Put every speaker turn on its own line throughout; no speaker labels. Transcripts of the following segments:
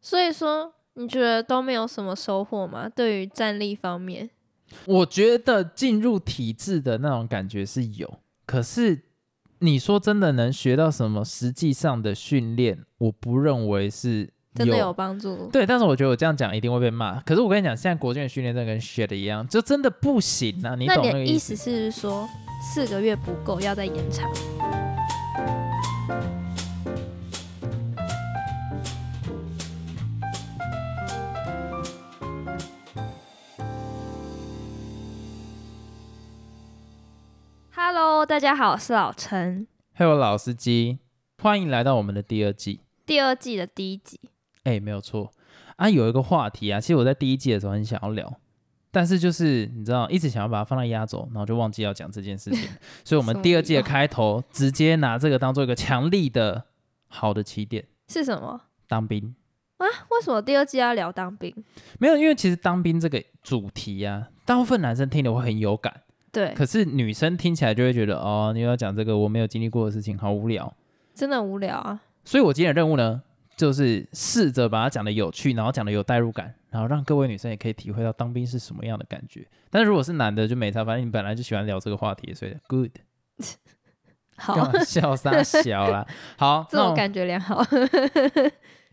所以说，你觉得都没有什么收获吗？对于战力方面，
我觉得进入体制的那种感觉是有，可是你说真的能学到什么实际上的训练，我不认为是
真的有帮助？
对，但是我觉得我这样讲一定会被骂。可是我跟你讲，现在国军的训练真的跟 shit 一样，就真的不行啊！你
那
懂
你
那
的
个
意
意
思是说，四个月不够，要再延长？Hello，大家好，我是老陈，
还有老司机，欢迎来到我们的第二季。
第二季的第一集。
哎，没有错啊，有一个话题啊，其实我在第一季的时候很想要聊，但是就是你知道，一直想要把它放在压轴，然后就忘记要讲这件事 情了，所以我
什
们
么
第二
理
季的
由
开头直接拿这个当做一个强力的好的起点，
是什么？
当兵。
为什么第二季要聊当兵？
没有，因为其实当兵这个主题啊，大部分男生听了会很有感，
对，
可是女生听起来就会觉得哦，你又要讲这个我没有经历过的事情，好无聊。
真的无聊啊。
所以我今天的任务呢，就是试着把它讲的有趣，然后讲的有代入感，然后让各位女生也可以体会到当兵是什么样的感觉。但是如果是男的就没差，反正你本来就喜欢聊这个话题，所以 good。
好，
干嘛笑撒小啦？好，
自
啊那
我
我
感觉良 好。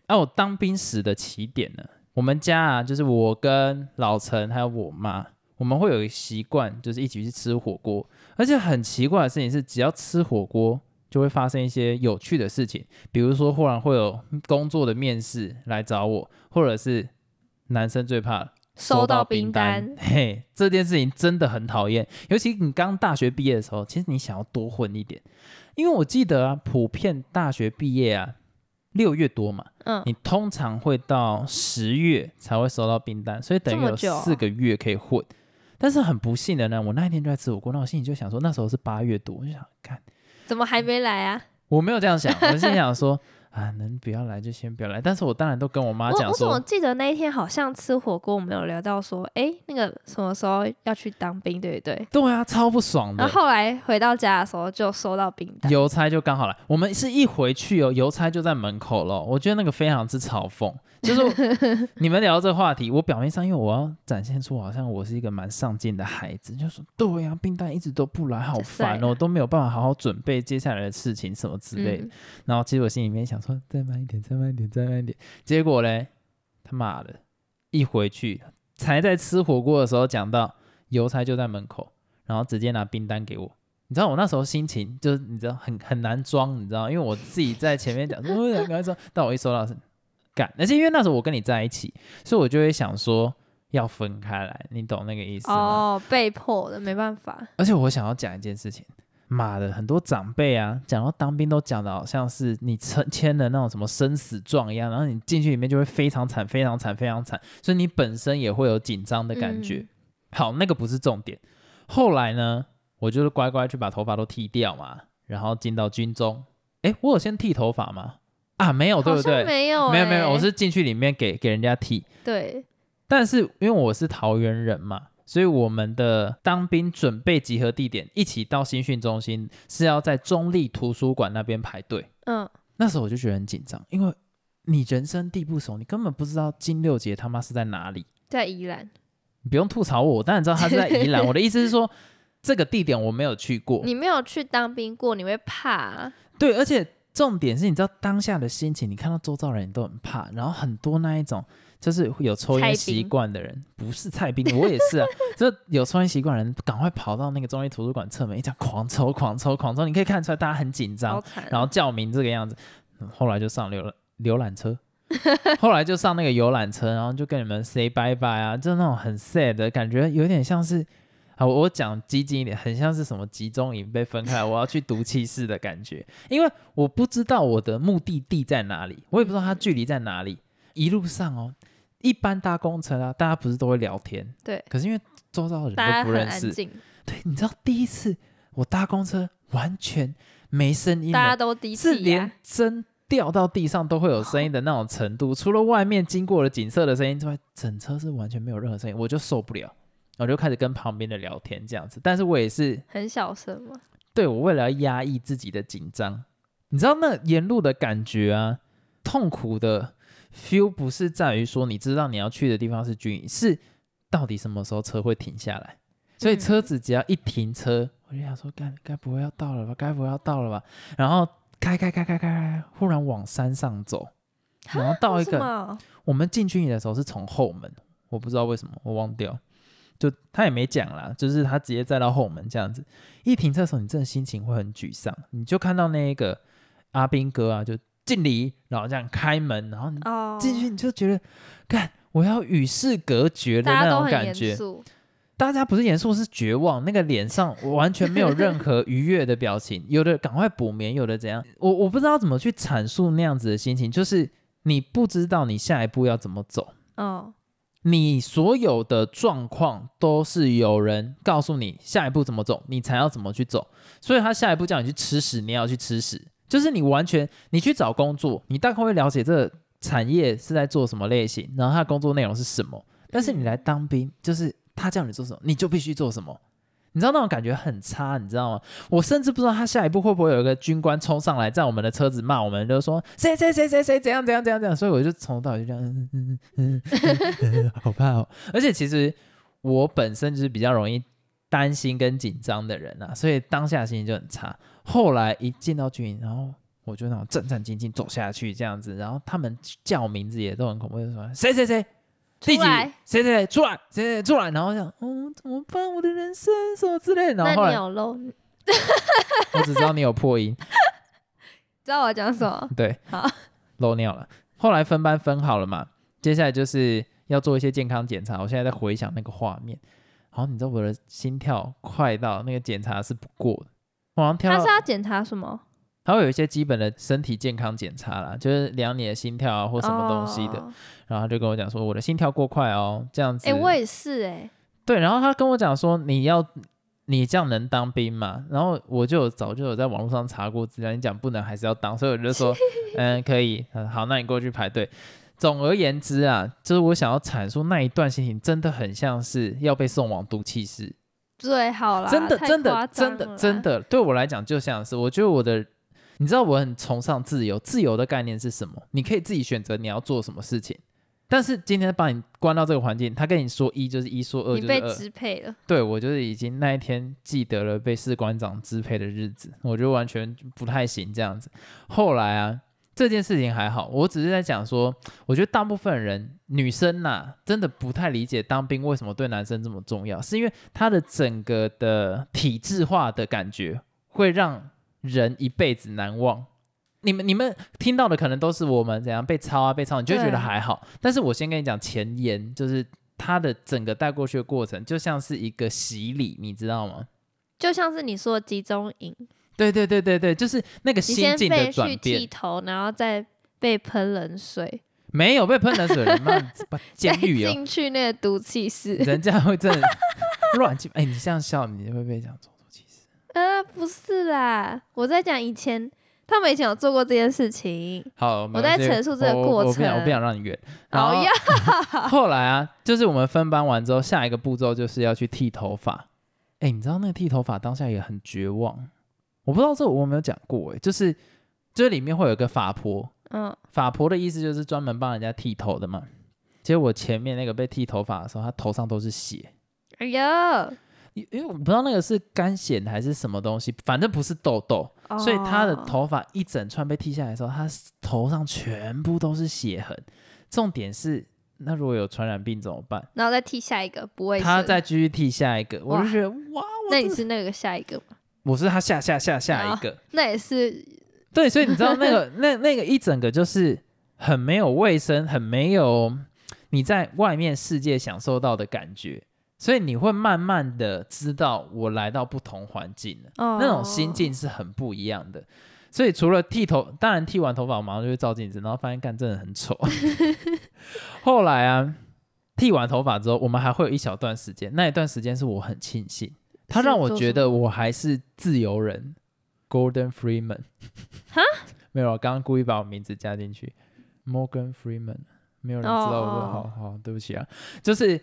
那啊我当兵时的起点呢？我们家啊，就是我跟老陈还有我妈，我们会有一个习惯，就是一起去吃火锅。而且很奇怪的事情是，只要吃火锅，就会发生一些有趣的事情，比如说忽然会有工作的面试来找我，或者是男生最怕了
收到
到
冰
单，嘿，这件事情真的很讨厌。尤其你刚大学毕业的时候，其实你想要多混一点，因为我记得啊，普遍大学毕业啊，六月多嘛，
嗯，
你通常会到十月才会收到订单，所以等于
这么
有
久啊
四个月可以混。但是很不幸的呢，我那一天就在吃火锅，那我心里就想说，那时候是八月多，我就想，看
怎么还没来啊？
我没有这样想，我心里想说，啊，能不要来就先不要来。但是我当然都跟我妈
我
讲
我怎么
说，
记得那一天好像吃火锅，我们有聊到说，哎、那个什么时候要去当兵，对不对？
对啊，超不爽
然
的。
后后来回到家的时候就收到冰单，
邮差就刚好来，我们是一回去哦，邮差就在门口了。我觉得那个非常之嘲讽，就是你们聊这个话题，我表面上因为我要展现出好像我是一个蛮上进的孩子，就说对呀、冰蛋一直都不来，好烦哦，都没有办法好好准备接下来的事情什么之类的。
嗯，
然后其实我心里面想说，再慢一点，再慢一点，再慢一点。结果嘞，他妈的，一回去才在吃火锅的时候讲到邮差就在门口，然后直接拿冰单给我。你知道我那时候心情就是你知道很很难装，你知道，因为我自己在前面讲说我赶快装，但我一收到是干，而且因为那时候我跟你在一起，所以我就会想说要分开来，你懂那个意思吗？
哦，被迫的，没办法，
而且我想要讲一件事情，妈的，很多长辈啊，讲到当兵都讲的好像是你签签了那种什么生死状一样，然后你进去里面就会非常惨、非常惨、非常惨，所以你本身也会有紧张的感觉。
嗯
好，那个不是重点。后来呢，我就是乖乖去把头发都剃掉嘛，然后进到军中。诶，我有先剃头发吗？啊，没有，对不
好像
对？
没有、欸
没有没有，
诶
我是进去里面给给人家剃，
对，
但是因为我是桃园人嘛，所以我们的当兵准备集合地点一起到新训中心是要在中立图书馆那边排队。
嗯，
那时候我就觉得很紧张，因为你人生地不熟，你根本不知道金六杰他妈是在哪里。
在宜兰，
你不用吐槽我，我当然知道他是在宜兰。我的意思是说，这个地点我没有去过。
你没有去当兵过，你会怕、啊，
对，而且重点是，你知道当下的心情，你看到周遭人你都很怕，然后很多那一种就是有抽
菜
烟
兵
习惯的人，不是菜兵，我也是啊，就有抽烟习惯的人，赶快跑到那个中立图书馆侧门，一直狂抽、狂抽、狂抽，你可以看出来大家很紧
好
张，
惨啊。
然后叫名这个样子，嗯后来就上浏览浏览车。 后来就上那个游览车，然后就跟你们 say bye bye 啊，就那种很 sad 的感觉，有点像是啊，我我讲激进一点，很像是什么集中营被分开，我要去毒气室的感觉，因为我不知道我的目的地在哪里，我也不知道它距离在哪里。一路上哦，一般搭公车啊，大家不是都会聊天，
对
可是因为周遭的人
大家
都不
很
认
安
识，
静，
对，你知道第一次我搭公车完全没声音了，
大家都低
是
气
连
压，
针掉到地上都会有声音的那种程度，除了外面经过的景色的声音之外，整车是完全没有任何声音，我就受不了，我就开始跟旁边的聊天这样子。但是我也是
很小声嘛。
对我为了要压抑自己的紧张，你知道那沿路的感觉啊，痛苦的 feel 不是在于说你知道你要去的地方是军营，是到底什么时候车会停下来。所以
嗯
车子只要一停车，我就想说，该该不会要到了吧？该不会要到了吧？然后开开开开开开，忽然往山上走，然后到一
为什
个
么
我们进军营的时候是从后门，我不知道为什么，我忘掉。就他也没讲啦，就是他直接载到后门这样子。一停车的时候，你真的心情会很沮丧，你就看到那一个阿兵哥啊，就敬礼，然后这样开门，然后你
哦，
进去你就觉得，看我要与世隔绝的
大
那
家都
种
很
感
严
觉。
肃，
大家不是严肃，是绝望，那个脸上完全没有任何愉悦的表情，有的赶快补眠，有的怎样， 我我不知道怎么去阐述那样子的心情，就是你不知道你下一步要怎么走，
嗯
你所有的状况都是有人告诉你下一步怎么走，你才要怎么去走，所以他下一步叫你去吃屎，你也要去吃屎，就是你完全你去找工作，你大概会了解这个产业是在做什么类型，然后他的工作内容是什么。但是你来当兵，就是他叫你做什么，你就必须做什么。你知道那种感觉很差，你知道吗？我甚至不知道他下一步会不会有一个军官冲上来，在我们的车子骂我们，就说谁谁谁谁谁怎样怎样怎样怎样。所以我就从头到尾就这样，嗯嗯嗯嗯嗯嗯，好怕哦。而且其实我本身就是比较容易担心跟紧张的人啊，所以当下心情就很差。后来一进到军营，然后我就那种战战兢兢走下去这样子，然后他们叫名字也都很恐怖，就说谁谁谁。第几
出来
谁谁谁出来，谁谁谁出来，然后我想，嗯，怎么办？我的人生什么之类的。
那
然后后
你
来
有漏？你
我只知道你有破音，
知道我讲什么？
对，
好，
漏尿了。后来分班分好了嘛，接下来就是要做一些健康检查。我现在在回想那个画面，然后你知道我的心跳快到那个检查是不过的，我好像跳
他
到
是要检查什么？
还会有一些基本的身体健康检查啦，就是量你的心跳啊或什么东西的。
哦？
然后他就跟我讲说我的心跳过快哦，这样子。
哎，我也是哎，
对，然后他跟我讲说你要你这样能当兵吗？然后我就有早就有在网络上查过资料，你讲不能还是要当，所以我 就说嗯可以，嗯好，那你过去排队。总而言之啊，就是我想要阐述那一段心情，真的很像是要被送往毒气室，
最好啦，
真的
太
真
夸
的
张
真的
了
真，的，对我来讲就像是，我觉得我的，你知道我很崇尚自由，自由的概念是什么？你可以自己选择你要做什么事情，但是今天把你关到这个环境，他跟你说一就是一，说二
你
就是
被
二，
支配了，
对我就是已经那一天记得了被士官长支配的日子，我就完全不太行这样子。后来啊，这件事情还好，我只是在讲说，我觉得大部分人女生呐、真的不太理解当兵为什么对男生这么重要，是因为他的整个的体制化的感觉会让人一辈子难忘。你们你们听到的可能都是我们怎样被抄啊被抄，你就会觉得
对
还好。但是我先跟你讲前言，就是他的整个带过去的过程，就像是一个洗礼，你知道吗？
就像是你说的集中营，
对对对对对，就是那个
你
心
先
境
被
的
去
转
剃
变，
头，然后再被喷冷水，
没有被喷冷水，人 嘛，把
再
监狱哦，
进去那个毒气 室。
人家会真的乱七，哎，你这样笑，你就会被讲种族歧视。
呃，不是啦，我在讲以前他们以前有做过这件事情。
好，没
我在
关系
陈述这个
我
过
我我不想，我不
程
想让你远。然后
哦 呀，
后来啊，就是我们分班完之后，下一个步骤就是要去剃头发。哎，你知道那个剃头发当下也很绝望，我不知道这我有没有讲过哎，就是就是里面会有一个发婆，
嗯，
法婆的意思就是专门帮人家剃头的嘛。结果我前面那个被剃头发的时候，他头上都是血，
哎呀，
因因为我不知道那个是干癣还是什么东西，反正不是痘痘，所以他的
哦，
头发一整串被剃下来的时候，他头上全部都是血痕。重点是，那如果有传染病怎么办？
然后再剃下一个，不卫生。
他再继续剃下一个，我就
哇
觉得哇，我
那你
真的
是那个下一个吗？
我是他下下下下一
哦
个，
那也是
对，所以你知道那个 那那个一整个就是很没有卫生，很没有你在外面世界享受到的感觉，所以你会慢慢的知道我来到不同环境了，
哦
那种心境是很不一样的。所以除了剃头，当然剃完头发我马上就会照镜子，然后发现干真的 很丑。后来啊，剃完头发之后，我们还会有一小段时间，那一段时间是我很庆幸，它
是
让我
做
觉
什
得我还是自由人，Gordon Freeman。
哈？
没有，我啊刚刚故意把我名字加进去，Morgan Freeman。没有人知道我，
哦
好好，对不起啊，就是。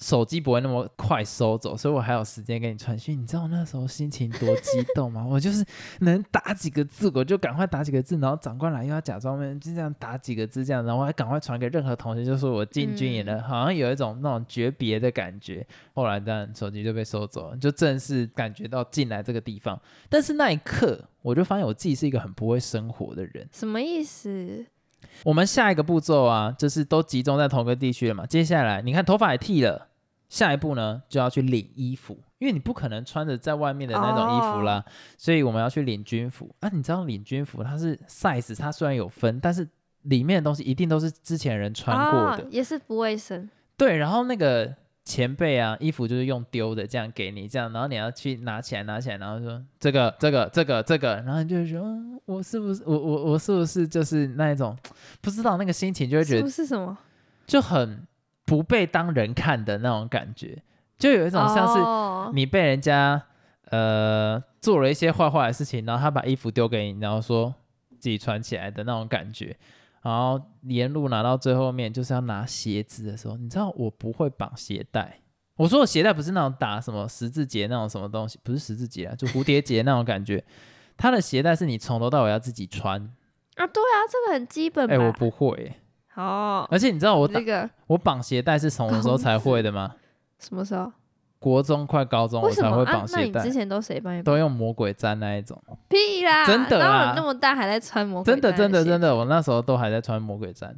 手机不会那么快收走，所以我还有时间给你传讯。你知道我那时候心情多激动吗？我 就是能打几个字，我就赶快打几个字，然后长官来又要假装没就这样打几个字这样，然后我还赶快传给任何同学，就说我进军营了，好像有一种那种诀别的感觉。后来当然手机就被收走了，就正式感觉到进来这个地方。但是那一刻，我就发现我自己是一个很不会生活的人。
什么意思？
我们下一个步骤啊，就是都集中在同个地区了嘛。接下来，你看头发也剃了，下一步呢就要去领衣服，因为你不可能穿着在外面的那种衣服啦，所以我们要去领军服啊。你知道领军服它是 size，它虽然有分，但是里面的东西一定都是之前人穿过的。
哦、也是不卫生。
对，然后那个前辈啊，衣服就是用丢的，这样给你，这样，然后你要去拿起来，拿起来，然后说这个，这个，这个，这个，然后你就说，嗯我是不是，我我我是不是就是那一种，不知道那个心情就会觉
是不
得
是什么？
就很不被当人看的那种感觉，就有一种像是
哦、
你被人家呃做了一些坏坏的事情，然后他把衣服丢给你，然后说自己穿起来的那种感觉。然后沿路拿到最后面，就是要拿鞋子的时候，你知道我不会绑鞋带。我说我鞋带不是那种打什么十字结那种什么东西，不是十字结 啊，就蝴蝶结那种感觉。它的鞋带是你从头到尾要自己穿。
啊，对啊，这个很基本吧？
哎、我不会。
哦，
而且你知道我
你
打
这个
我绑鞋带是什么时候才会的吗？
什么时候？
国中快高中我
为什
才
么
会
啊
绑？
那
鞋
你
带
之，前都谁帮你绑？
都用魔鬼毡那一种。
屁啦！
真的
哪有
啦
人那么大还在穿魔鬼
真的，真的，真
的。
的，我那时候都还在穿魔鬼毡。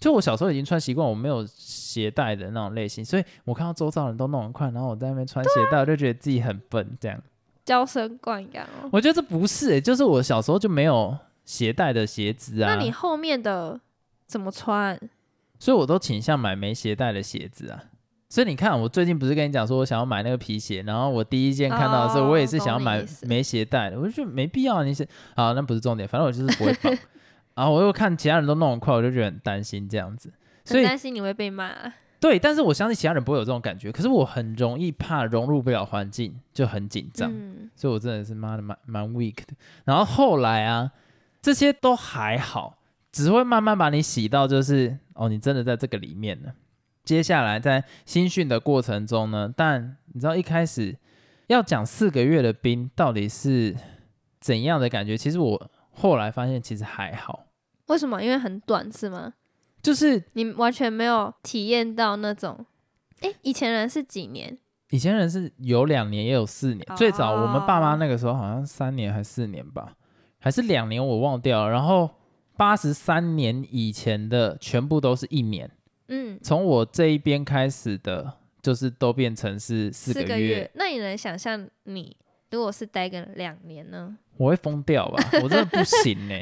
就我小时候已经穿习惯，我没有鞋带的那种类型，所以我看到周遭人都弄很快，然后我在那边穿鞋带，我就觉得自己很笨。这样，
娇生惯养哦。
我觉得这不是、欸，就是我小时候就没有鞋带的鞋子啊
那，你后面的怎么穿？
所以我都倾向买没鞋带的鞋子啊。所以你看，我最近不是跟你讲说我想要买那个皮鞋，然后我第一件看到的时候，
哦
我也是想要
懂你
买
意思
没鞋带的，我就觉得没必要。你是啊，那不是重点，反正我就是不会绑。然后我又看其他人都弄很快，我就觉得很担心这样子。所
很
以
担心你会被骂。
对，但是我相信其他人不会有这种感觉。可是我很容易怕融入不了环境，就很紧张，
嗯，
所以我真的是妈的蛮蛮 weak 的。然后后来啊，这些都还好，只会慢慢把你洗到，就是哦，你真的在这个里面了。接下来在新训的过程中呢，但你知道一开始要讲四个月的兵到底是怎样的感觉？其实我后来发现其实还好，
为什么？因为很短是吗？
就是
你完全没有体验到那种。哎，以前人是几年？
以前人是有两年也有四年，
哦
最早我们爸妈那个时候好像三年还四年吧，还是两年我忘掉了。然后八十三年以前的全部都是一年，
嗯，
从我这一边开始的，就是都变成是四个
四
月，
个月。那你能想象你如果是待个两年呢？
我会疯掉吧？我真的不行呢、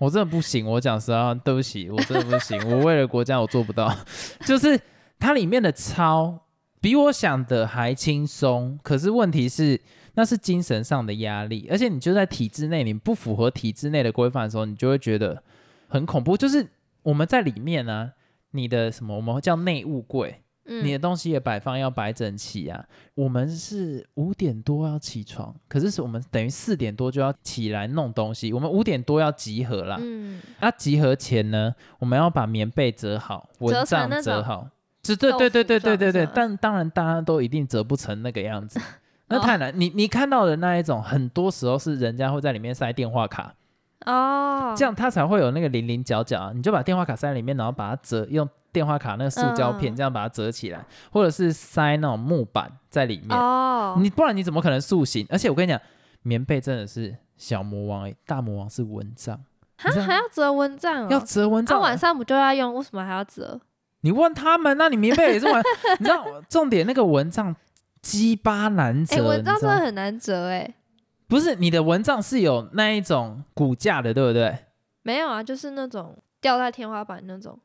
我真的不行。我讲实话，对不起，我真的不行。我为了国家，我做不到。 就是它里面的操比我想的还轻松，可是问题是那是精神上的压力，而且你就在体制内，你不符合体制内的规范的时候，你就会觉得很恐怖。就是我们在里面呢、你的什么我们会叫内务柜，
嗯，
你的东西也摆放要摆整齐啊。我们是五点多要起床，可是是我们等于四点多就要起来弄东西，我们五点多要集合啦。
嗯，
啊，集合前呢，我们要把棉被折好，蚊
折成
帐
那
折
种
好。这对
豆
对对
腐
对对
状
对对
是，
但当然大家都一定折不成那个样子，那
哦
太难。你你看到的那一种，很多时候是人家会在里面塞电话卡，
哦，
这样它才会有那个零零角角啊。你就把电话卡塞在里面，然后把它折，用电话卡那个塑胶片、
嗯
这样把它折起来，或者是塞那种木板在里面。
哦，
你不然你怎么可能塑形？而且我跟你讲，棉被真的是小魔王、欸，大魔王是蚊帐，
还
你知道
还要折蚊帐哦？
要折蚊
那、
帐。啊
晚上不就要用？为什么还要折？
你问他们，那你棉被也是蚊， 你知道重点那个蚊帐鸡巴难折，
哎、蚊帐
你知
真
道
的
吗
很难折哎、
不是你的蚊帐是有那一种骨架的，对不对？
没有啊，就是那种吊在天花板那种。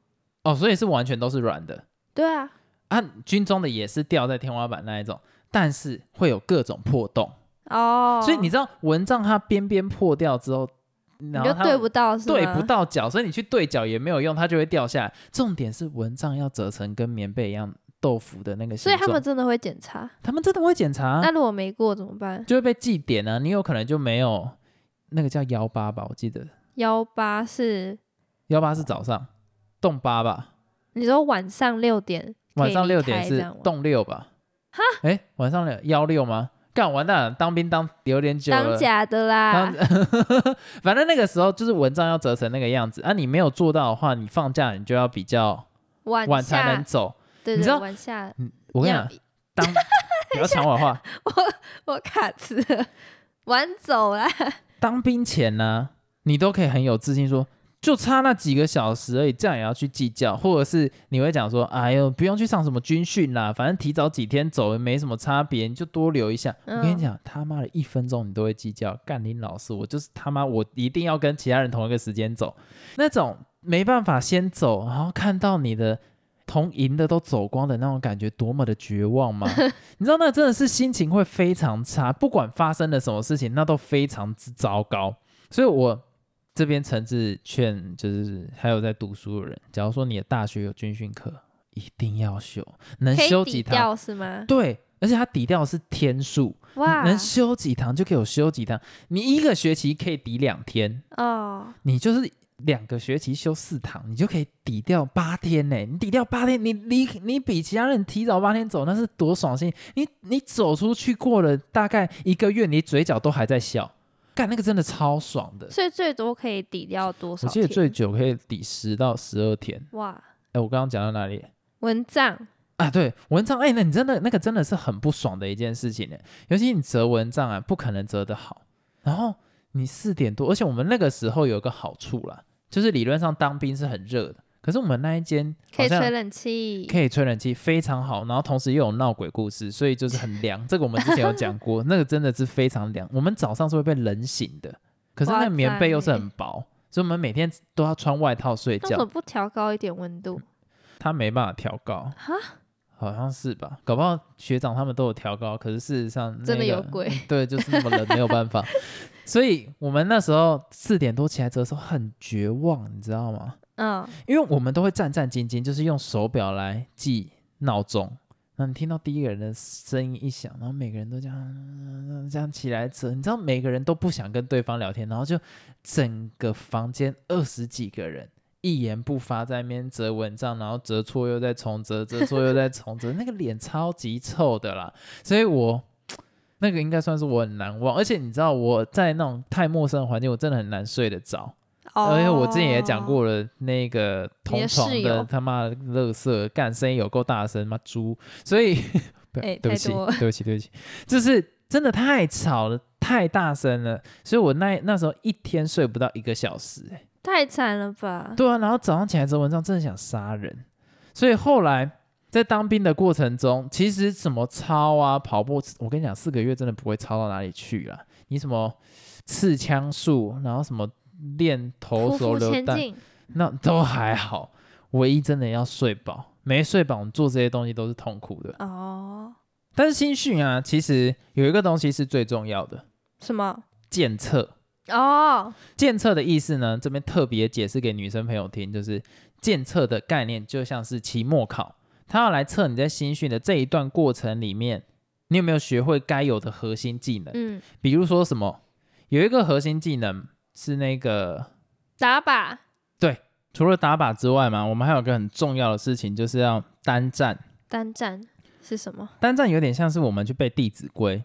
哦，所以是完全都是软的。
对啊，
啊，军中的也是吊在天花板那一种，但是会有各种破洞，
哦，
所以你知道蚊帐它边边破掉之后，
你
然后
就
它
对不到是吗？
对不。到脚，所以你去对脚也没有用，它就会掉下来。重点是蚊帐要折成跟棉被一样豆腐的那个形
所以
状，
他们真的会检查、
他们真的会检查啊，
那如果没过怎么办？
就会被记点啊，你有可能就没有那个叫幺八吧，我记得
幺八是
幺八是早上，动八吧，
你说晚上六点
晚上
可以
六
离开
点是
这样吗
动六吧？哈？哎，晚上六幺六吗？干完蛋了，当兵当有点久
当
了。
假的啦
当， 反正那个时候就是文章要折成那个样子啊，你没有做到的话，你放假你就要比较
晚
晚才能
下，
走。
对
你知
对，
道
晚下，
我跟你
要
讲，当 不要抢我的话，
我卡词 了，晚走啦，
当兵前呢、你都可以很有自信说，就差那几个小时而已，这样也要去计较，或者是你会讲说，哎呦，不用去上什么军训啦，反正提早几天走也没什么差别，你就多留一下。
嗯
我跟你讲，他妈的一分钟你都会计较，干林老师，我就是他妈我一定要跟其他人同一个时间走，那种没办法先走，然后看到你的。同营的都走光的那种感觉，多么的绝望吗？你知道那真的是心情会非常差，不管发生了什么事情，那都非常之糟糕。所以我这边诚挚劝，就是还有在读书的人，假如说你的大学有军训课，一定要修，能
可
修
以
几
抵
堂，
掉是吗？
对，而且它抵掉是天数，
哇，
能修几堂就给我修几堂，你一个学期可以抵两天，
哦，
你就是两个学期修四堂，你就可以抵掉八天呢。你抵掉八天，你你你比其他人提早八天走，那是多爽心！你你走出去过了大概一个月，你嘴角都还在笑，干那个真的超爽的。
所以最多可以抵掉多少
我记
天？
得最久可以抵十到十二天。
哇，
哎，我刚刚讲到哪里？
蚊帐
啊，对，蚊帐，哎、那你真的那个真的是很不爽的一件事情呢。尤其你折蚊帐啊，不可能折得好。然后你四点多，而且我们那个时候有个好处啦，就是理论上当兵是很热的，可是我们那一间
可
好
以
像
吹冷气，
可以吹冷气，非常好。然后同时又有闹鬼故事，所以就是很凉。这个我们之前有讲过，那个真的是非常凉。我们早上是会被冷醒的，可是那
哇
棉被又是
塞
很薄，所以我们每天都要穿外套睡
那为什么
觉。
不调高一点温度？
它没办法调高。
哈，
好像是吧？搞不好学长他们都有调高，可是事实上、那
真的
个
有鬼
嗯 对，就是那么冷，没有办法。所以我们那时候四点多起来折的时候很绝望，你知道吗？
嗯，
因为我们都会战战兢兢，就是用手表来记闹钟。那你听到第一个人的声音一响，然后每个人都这样嗯这样起来折，你知道每个人都不想跟对方聊天，然后就整个房间二十几个人一言不发在那边折蚊帐，然后折错又再重折，折错又再重折，那个脸超级臭的啦。所以我那个应该算是我很难忘，而且你知道我在那种太陌生的环境，我真的很难睡得着。
哦，
而且呃我之前也讲，过了，那个
你
同
的
床
室
的
友
他妈的乐色干声音有够大声妈猪，所以 不、
哎
对不
太
起，
多了
对不起，对不起，就是真的太吵了，太大声了，所以我那那时候一天睡不到一个小时、哎
太惨了吧？
对啊，然后早上起来之后，文章真的想杀人，所以后来在当兵的过程中，其实什么操啊、跑步，我跟你讲，四个月真的不会操到哪里去啦。你什么刺枪术，然后什么练投
匍
手
匐
榴
前
弹，
进，
那都还好，唯一真的要睡饱，没睡饱，我们做这些东西都是痛苦的。
哦，
但是新训啊，其实有一个东西是最重要的，
什么？
检测。
哦，
检测的意思呢，这边特别解释给女生朋友听，就是检测的概念就像是期末考，它要来测你在新训的这一段过程里面，你有没有学会该有的核心技能，
嗯，
比如说什么，有一个核心技能是那个
打靶，
除了打靶之外嘛，我们还有个很重要的事情，就是要单战。
单战是什么？
单战有点像是我们去背《弟子规》，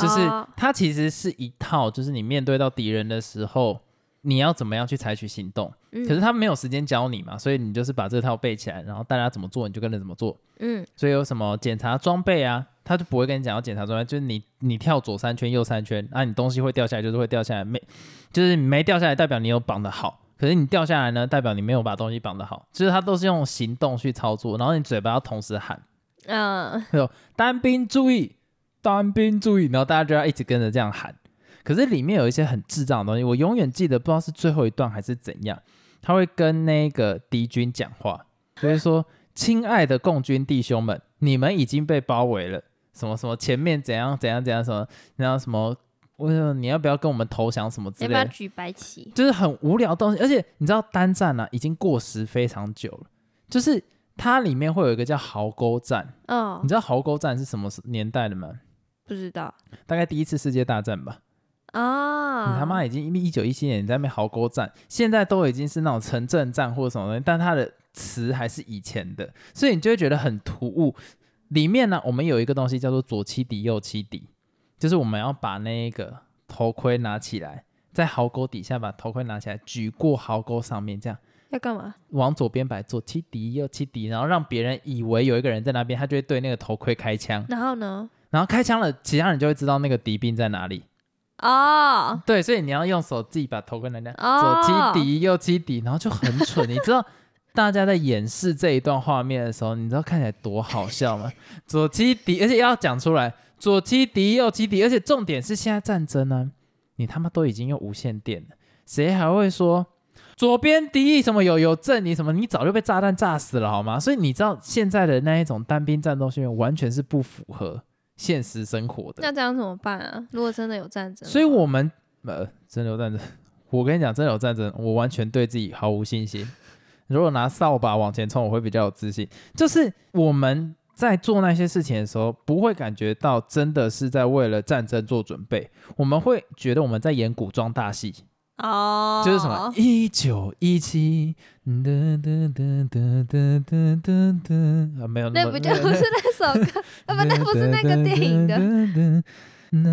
就是
哦
它其实是一套，就是你面对到敌人的时候，你要怎么样去采取行动。
嗯
可是他没有时间教你嘛，所以你就是把这套背起来，然后大家怎么做你就跟着怎么做。
嗯，
所以有什么检查装备啊，他就不会跟你讲要检查装备，就是你你跳左三圈右三圈，啊，你东西会掉下来就是会掉下来，没就是你没掉下来代表你有绑得好，可是你掉下来呢，代表你没有把东西绑得好，就是他都是用行动去操作，然后你嘴巴要同时喊
嗯，
单兵注意，单兵注意，然后大家就要一直跟着这样喊。可是里面有一些很智障的东西，我永远记得，不知道是最后一段还是怎样，他会跟那个敌军讲话，就是说：“亲爱的共军弟兄们，你们已经被包围了，什么什么前面怎样怎样怎样什么，然后什么，为什么你要不要跟我们投降什么之
要
类
不要
的。”
举白旗？
就是很无聊的东西。而且你知道单站呢、啊、已经过时非常久了，就是它里面会有一个叫壕沟战，
哦
你，知道壕沟战是什么时年代的吗？
不知道
大概第一次世界大战吧。
啊，
你他妈已经一九一七年你在那边壕沟战，现在都已经是那种城镇战或者什么东西，但它的词还是以前的，所以你就会觉得很突兀。里面呢，我们有一个东西叫做左七敌右七敌，就是我们要把那个头盔拿起来，在壕沟底下把头盔拿起来，举过壕沟上面，这样
要干嘛？
往左边摆左七敌右七敌，然后让别人以为有一个人在那边，他就会对那个头盔开枪，
然后呢？
然后开枪了，其他人就会知道那个敌兵在哪里。
哦，
对，所以你要用手自己把头盔拿掉，
哦
左击底，右击底，然后就很蠢。你知道大家在演示这一段画面的时候，你知道看起来多好笑吗？左击底，而且要讲出来，左击底，右击底，而且重点是现在战争呢、你他妈都已经用无线电了，谁还会说？左边敌意什么有有阵你什么，你早就被炸弹炸死了好吗？所以你知道现在的那一种单兵战斗训练完全是不符合现实生活的。
那这样怎么办啊？如果真的有战争的话，
所以我们呃，真的有战争，我跟你讲，真的有战争，我完全对自己毫无信心。如果拿扫把往前冲，我会比较有自信。就是我们在做那些事情的时候，不会感觉到真的是在为了战争做准备，我们会觉得我们在演古装大戏。
哦，
就是什么一九一七，哒哒哒哒哒哒哒哒，啊没有
那
么
不就不是那首歌？啊 不，那不是那个电影的。
的。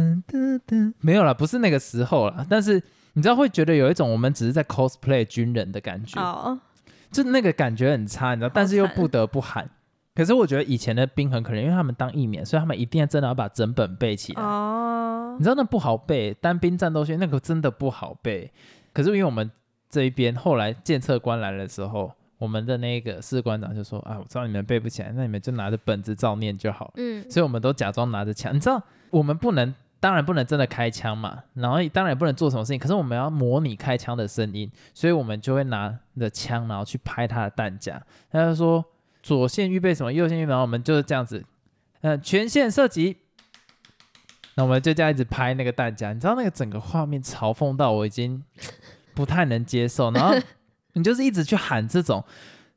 没有啦，不是那个时候啦。但是你知道，会觉得有一种我们只是在 cosplay 军人的感觉，
哦，
就那个感觉很差，你知道，但是又不得不喊。可是我觉得以前的兵很可怜，因为他们当义免，所以他们一定要真的要把整本背起来。
哦
你，知道那不好背，单兵战斗训那个真的不好背。可是因为我们这一边后来检测官来的时候，我们的那个士官长就说：“啊，我知道你们背不起来，那你们就拿着本子照念就好了。”
嗯，
所以我们都假装拿着枪。你知道，我们不能，当然不能真的开枪嘛，然后当然也不能做什么事情，可是我们要模拟开枪的声音，所以我们就会拿着枪，然后去拍他的弹夹。他就说左线预备什么，右线预备什么，然后我们就是这样子，呃，全线射击。那我们就这样一直拍那个弹夹，你知道那个整个画面嘲讽到我已经不太能接受，然后你就是一直去喊这种，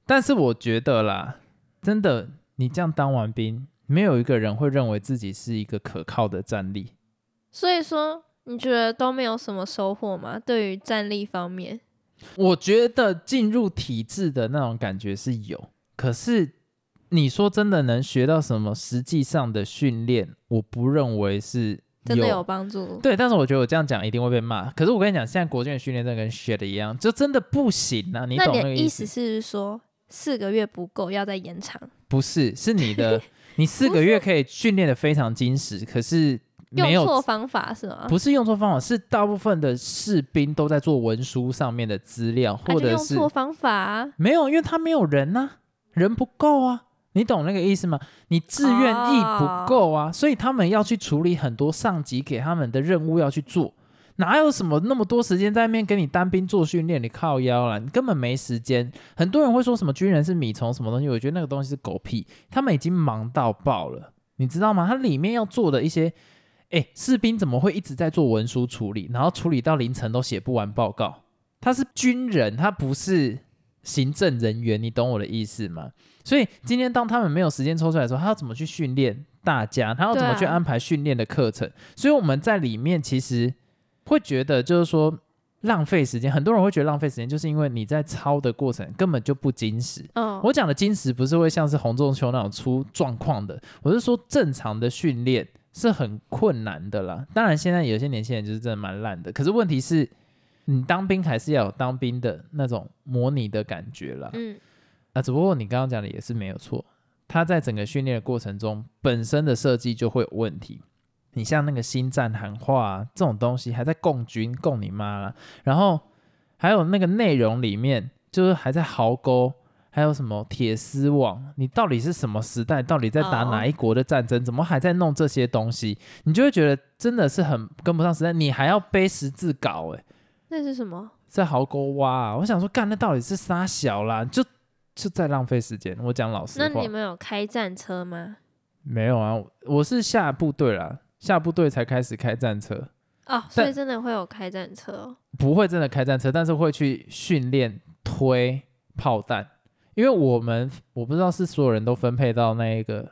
但是我觉得啦，真的你这样当完兵，没有一个人会认为自己是一个可靠的战力。
所以说你觉得都没有什么收获吗？对于战力方面，
我觉得进入体制的那种感觉是有，可是你说真的能学到什么实际上的训练，我不认为是
真的有帮助？
对，但是我觉得我这样讲一定会被骂。可是我跟你讲，现在国军的训练真的跟 shit 一样，就真的不行啊！你
那
懂
你
那个
的
意
意
思？
思是说四个月不够，要再延长？
不是，是 你的，你四个月可以训练的非常精实，可是没有
用错方法是吗？
不是用错方法，是大部分的士兵都在做文书上面的资料，
啊
或
就
者
用
是、
错方法啊、
没有，因为他没有人呐、人不够啊，你懂那个意思吗？你志愿意不够
哦
啊，所以他们要去处理很多上级给他们的任务要去做，哪有什么那么多时间在那边跟你单兵做训练？你靠腰啦，你根本没时间。很多人会说什么军人是米虫什么东西，我觉得那个东西是狗屁，他们已经忙到爆了，你知道吗？它里面要做的一些。哎，士兵怎么会一直在做文书处理，然后处理到凌晨都写不完报告？他是军人，他不是行政人员，你懂我的意思吗？所以今天当他们没有时间抽出来的时候，他要怎么去训练大家？他要怎么去
对啊
安排训练的课程？所以我们在里面其实会觉得，就是说浪费时间。很多人会觉得浪费时间，就是因为你在抄的过程根本就不精实。
嗯，
我讲的金石不是会像是洪仲秋那种出状况的，我是说正常的训练是很困难的啦。当然，现在有些年轻人就是真的蛮烂的，可是问题是，你当兵还是要有当兵的那种模拟的感觉啦。
嗯，
啊，只不过你刚刚讲的也是没有错，它在整个训练的过程中本身的设计就会有问题。你像那个星战喊话、啊、这种东西，还在共军共你妈啦，然后还有那个内容里面，就是还在壕沟，还有什么铁丝网，你到底是什么时代？到底在打
哦
哪一国的战争？怎么还在弄这些东西？你就会觉得真的是很跟不上时代，你还要背十字稿、欸，
那是什么？
在壕沟挖、啊，我想说，干那到底是啥小啦？就就在浪费时间。我讲老实
那
话
你，们有开战车吗？
没有啊，我我是下部队啦，下部队才开始开战车，
哦，所以
但
真的会有开战车哦、
不会真的开战车，但是会去训练推炮弹，因为我们我不知道是所有人都分配到那一个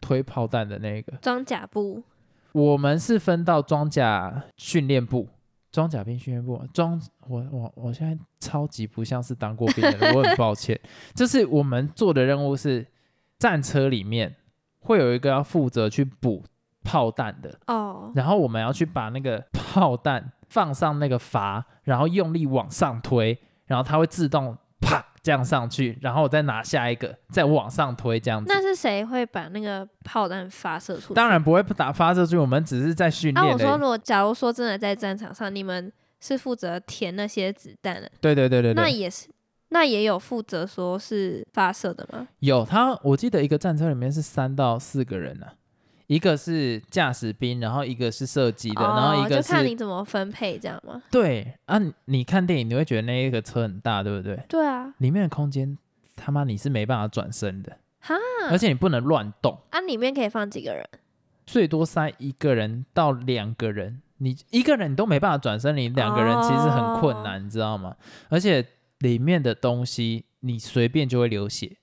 推炮弹的那个，
装甲部
我们是分到装甲训练部，装甲兵训练部，装我我我现在超级不像是当过兵的人，我很 抱歉。就是我们做的任务是战车里面会有一个要负责去补炮弹的，
哦，
然后我们要去把那个炮弹放上那个阀，然后用力往上推，然后它会自动啪这样上去，然后我再拿下一个，再往上推这样子。
那是谁会把那个炮弹发射出去？
当然不会打发射出去，我们只是在训
啊，
练
我
的、
说如果假如说真的在战场上，你们是负责填那些子弹的，
对对对对
那
对，
也是那也有负责说是发射的吗？
有他，我记得一个战车里面是三到四个人呢、啊，一个是驾驶兵，然后一个是射击的，然后
哦
一，个
就是看你怎么分配这样吗？
对啊，你你看电影你会觉得那一个车很大，对不对？
对啊，
里面的空间他妈你是没办法转身的，
哈，
而且你不能乱动。
啊，里面可以放几个人？
最多塞一个人到两个人，你一个人你都没办法转身，你两个人其实很困难，你知道吗？而且里面的东西你随便就会流血，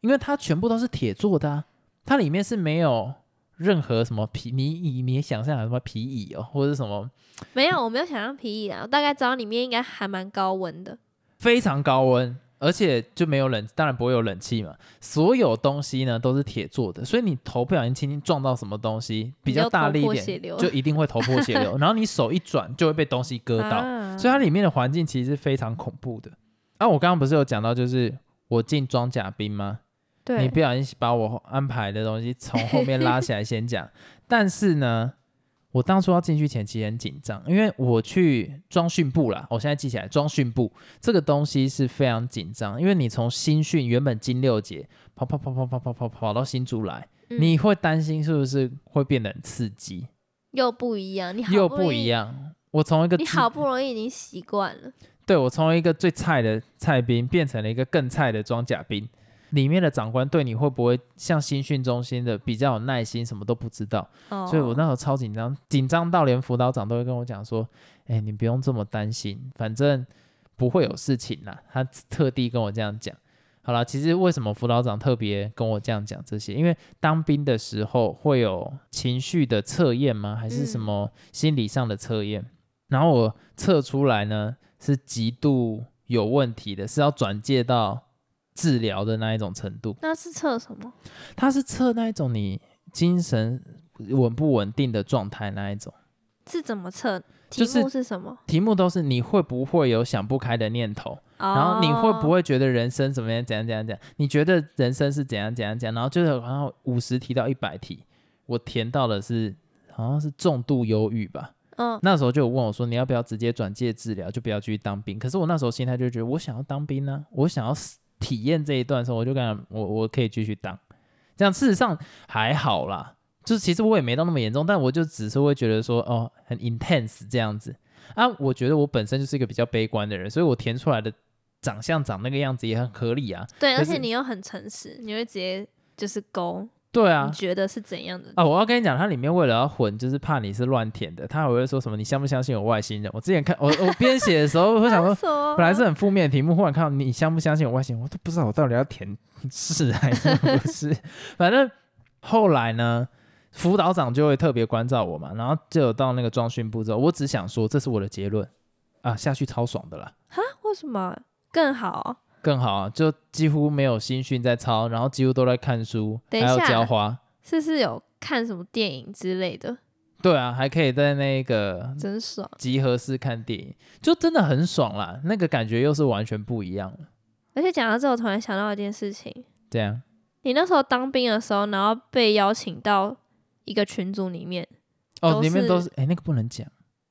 因为它全部都是铁做的、啊，它里面是没有任何什么皮，你你你也想象有什么皮椅哦，或者是什么
没有，我没有想象皮椅啊，我大概知道里面应该还蛮高温的。
非常高温，而且就没有冷，当然不会有冷气嘛。所有东西呢都是铁做的，所以你头不小心轻轻撞到什么东西比较大力一
你就头破血
点，
流
就一定会头破血 流。然后你手一转就会被东西割到，
啊
所以它里面的环境其实是非常恐怖的。啊，我刚刚不是有讲到，就是我进装甲兵吗？
对
你不小心把我安排的东西从后面拉起来先 讲。但是呢，我当初要进去前其实很紧张，因为我去装训部啦，我现在记起来，装训部这个东西是非常紧张，因为你从新训原本金六节跑跑跑跑跑跑跑跑到新竹来，
嗯
你会担心是不是会变得很刺激，
又不一样，你好
又
不容
不一
易，
样。我从一个
你
基
好不容易已经习惯了。
对我从一个最菜的菜兵变成了一个更菜的装甲兵，里面的长官对你会不会像新训中心的比较有耐心，什么都不知道，
哦，
所以我那时候超紧张，紧张到连辅导长都会跟我讲说：“哎、你不用这么担心，反正不会有事情啦。”他特地跟我这样讲。好啦，其实为什么辅导长特别跟我这样讲这些？因为当兵的时候会有情绪的测验吗？还是什么心理上的测验？然后我测出来呢是极度有问题的，是要转介到治疗的那一种程度。
那是测什么？
它是测那一种你精神稳不稳定的状态那一种。
是怎么测？题
就是
目是什么？
题目都是你会不会有想不开的念头，然
然
后你会不
哦
会觉得人生怎么样怎样怎样怎样？你觉得人生是怎样怎样怎样？然后就是然后五十题到一百题，我填到的是好像是重度忧郁吧。
嗯
那时候就有问我说你要不要直接转介治疗，就不要继续当兵。可是我那时候心态就觉得我想要当兵呢、我想要体验这一段的时候，我就感觉我我可以继续当。这样事实上还好啦，就是其实我也没到那么严重，但我就只是会觉得说哦很 intense 这样子啊。我觉得我本身就是一个比较悲观的人，所以我填出来的长相长那个样子也很合理啊。
对，
可
而
是
且你又很诚实，你会直接就是勾，
对啊
你，觉得是怎样的？
啊，我要跟你讲，它里面为了要混，就是怕你是乱填的，他还会说什么你相不相信有外星人？我之前看我我编写的时候，我想说
说 啊
本来是很负面的题目，忽然看到你相不相信有外星人，我都不知道我到底要填是还是 不是。反正后来呢，辅导长就会特别关照我嘛，然后就有到那个装训部之后，我只想说这是我的结论啊，下去超爽的啦，
为什么更好？
更好啊，就几乎没有新训在抄，然后几乎都在看书，
等
还
一
有
下
浇花。
是不是有看什么电影之类的，
对啊，还可以在那个
真爽。
集合室看电影，就真的很爽啦，那个感觉又是完全不一样了。
而且讲到这，我突然想到一件事情，
这样，
你那时候当兵的时候，然后被邀请到一个群组里面，
哦，
都
里面
是
都是哎、那个不能讲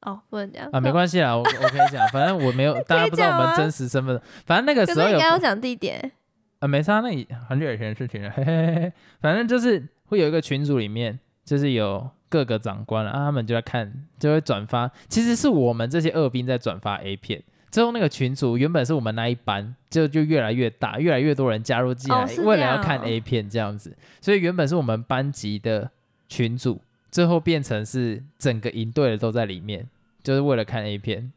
哦，不能讲
啊，没关系啦，我我可以讲，反正我 没有，大家不知道我们
讲啊
真实身份，反正那个
可
时候
是
有
应该要讲地点，
啊，没差，那已很久以前的事情了，嘿嘿嘿嘿，反正就是会有一个群组里面，就是有各个长官啊，他们就在看，就会转发，其实是我们这些二兵在转发 A 片。最后那个群组原本是我们那一班，就就越来越大，越来越多人加入进来，
哦是这样
为了要看 A 片这样子，所以原本是我们班级的群组，最后变成是整个营队的都在里面，就是为了看 A 片。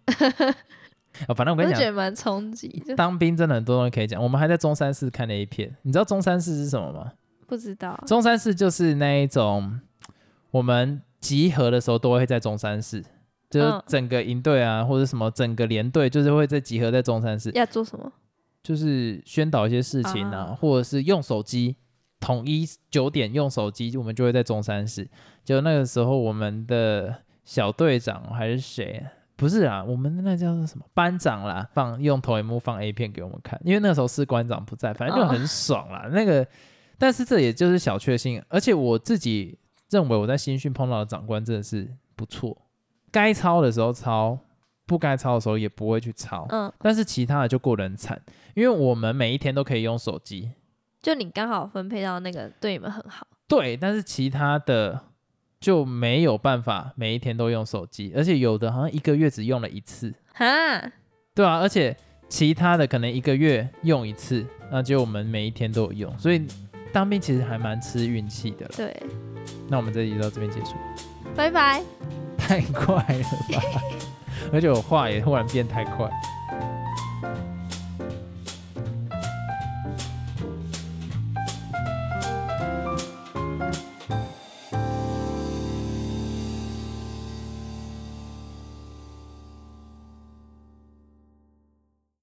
哦，反正我
我
跟
就
你
觉
讲，
得蛮冲击的，
当兵真的很多东西可以讲。我们还在中山市看了一片，你知道中山市是什么吗？
不知道
中山市就是那一种我们集合的时候都会在中山市，就是
嗯
整个营队啊，或者什么整个连队，就是会在集合在中山市，
要做什么？
就是宣导一些事情啊，
啊
或者是用手机，统一九点用手机，我们就会在中山市。就那个时候，我们的小队长还是谁，不是啊，我们那叫做什么班长啦，放用投影幕放 A 片给我们看，因为那时候士官长不在，反正就
哦
很爽啦。那个，但是这也就是小确幸，而且我自己认为我在新训碰到的长官真的是不错，该抄的时候抄，不该抄的时候也不会去抄。
嗯，
但是其他的就过得很惨，因为我们每一天都可以用手机，
就你刚好分配到那个对你们很好，
对，但是其他的就没有办法每一天都用手机，而且有的好像一个月只用了一次，
哈，
对啊，而且其他的可能一个月用一次，那就我们每一天都有用，所以当兵其实还蛮吃运气的啦。
对，
那我们这集就到这边结束，
拜拜。
太快了吧？而且我话也忽然变太快。